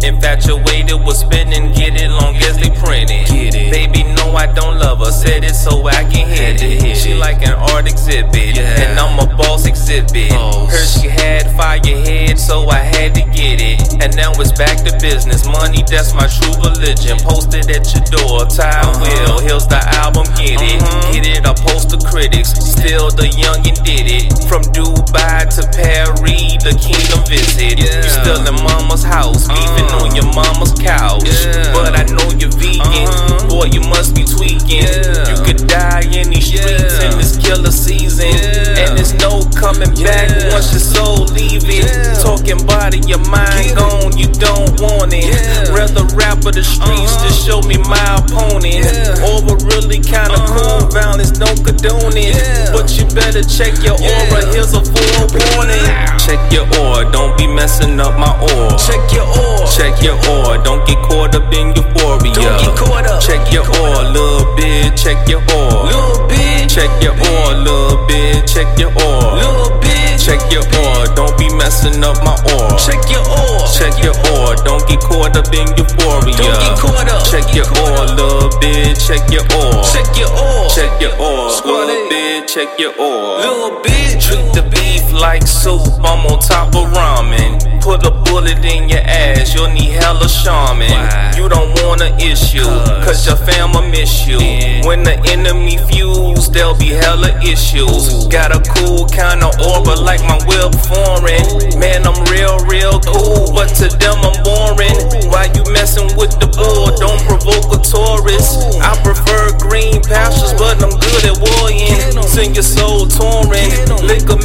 Infatuated with spinning, get it long as they print it. Get it. Baby, no, I don't love her. Said it so I can hit Had to it. hit she it. like an art exhibit, Yeah. and I'm a boss exhibit. Boss. Heard she had fire head, so I had to get it. And now it's back to business. Money, that's my true religion. Posted at your door, tie will. Here's the album, get it. Uh-huh. Get it, I post the critics. Still the young and did it. From Dubai to Paris, the kingdom visit. Yeah. You still in mama's house, beefing Uh. on your mama's couch. Yeah. But I know you're vegan. Uh-huh. Boy, you must be tweaking. Yeah. You could die in these streets Yeah. in this killer season. Yeah. And there's no coming back Yeah. once your soul leave it. Yeah. Talking body, your mind Get it. gone, you don't want it. Yeah. Rather rap of the streets Uh-huh. to show me my opponent. Yeah. Or we're really kinda Uh-huh. cool, violence, no condoning. Yeah. But you better check your aura, Yeah. here's a forewarning. Check your aura, don't be messing up my aura. Check your oil. Check your oil, don't get caught up in euphoria. Don't get caught up. Check your oil, little bit, check your oil. Little bit. Check your oil, little bit, check your oil. Little bit. Check your oil, don't be messing up my oil. Check your oil. Check your oil, don't get caught up in euphoria. Don't get caught up. Check your oil, little bit, check your oil. Check your oil. Check your oil, Squad little A. bit, check your oil. Little bit. Drink the beef like soup, I'm on top of ramen. Put a bullet in your ass, you'll need hella shaman. Why? You don't want an issue, cause your fam'll miss you. Yeah. When the enemy fuse, there'll be hella issues. Got a cool kind of aura like my will foreign. Man, I'm real, real cool, but to them I'm boring. Why you messing with the bull? Don't provoke a Taurus. I prefer green pastures, but I'm good at warring. Sing your soul touring, liquor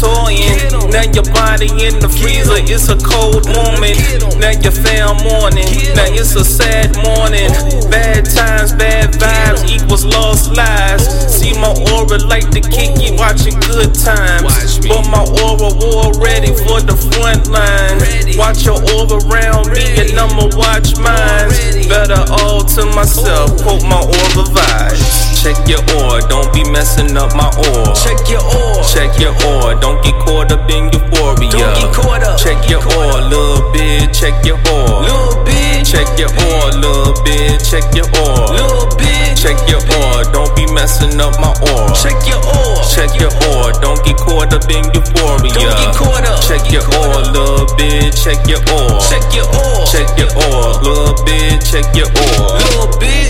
mistletoeing. Now your body in the freezer, it's a cold moment. Now your fam mourning, now it's a sad morning. Bad times, bad vibes equals lost lives. See my aura like the kinky watching good times. Watch me. But my aura war ready for the front line. Ready. Watch your aura round me and I'ma watch mine. Ready. Better all to myself, quote my aura vibes. Check your aura, don't be messing up my aura. Check your oil. Check your aura, don't get caught up in euphoria. Don't get caught up. Check your aura, little bit, check your aura. Little bit. Check your aura, little bit, check your aura. Little bit. Check your aura, don't be messing up my aura. Check your oil. Check your aura, don't get caught up in euphoria. Don't get caught up. Check your aura, little bit, check your aura. Check your oil. Check your aura, little bit, check your aura. Little bit.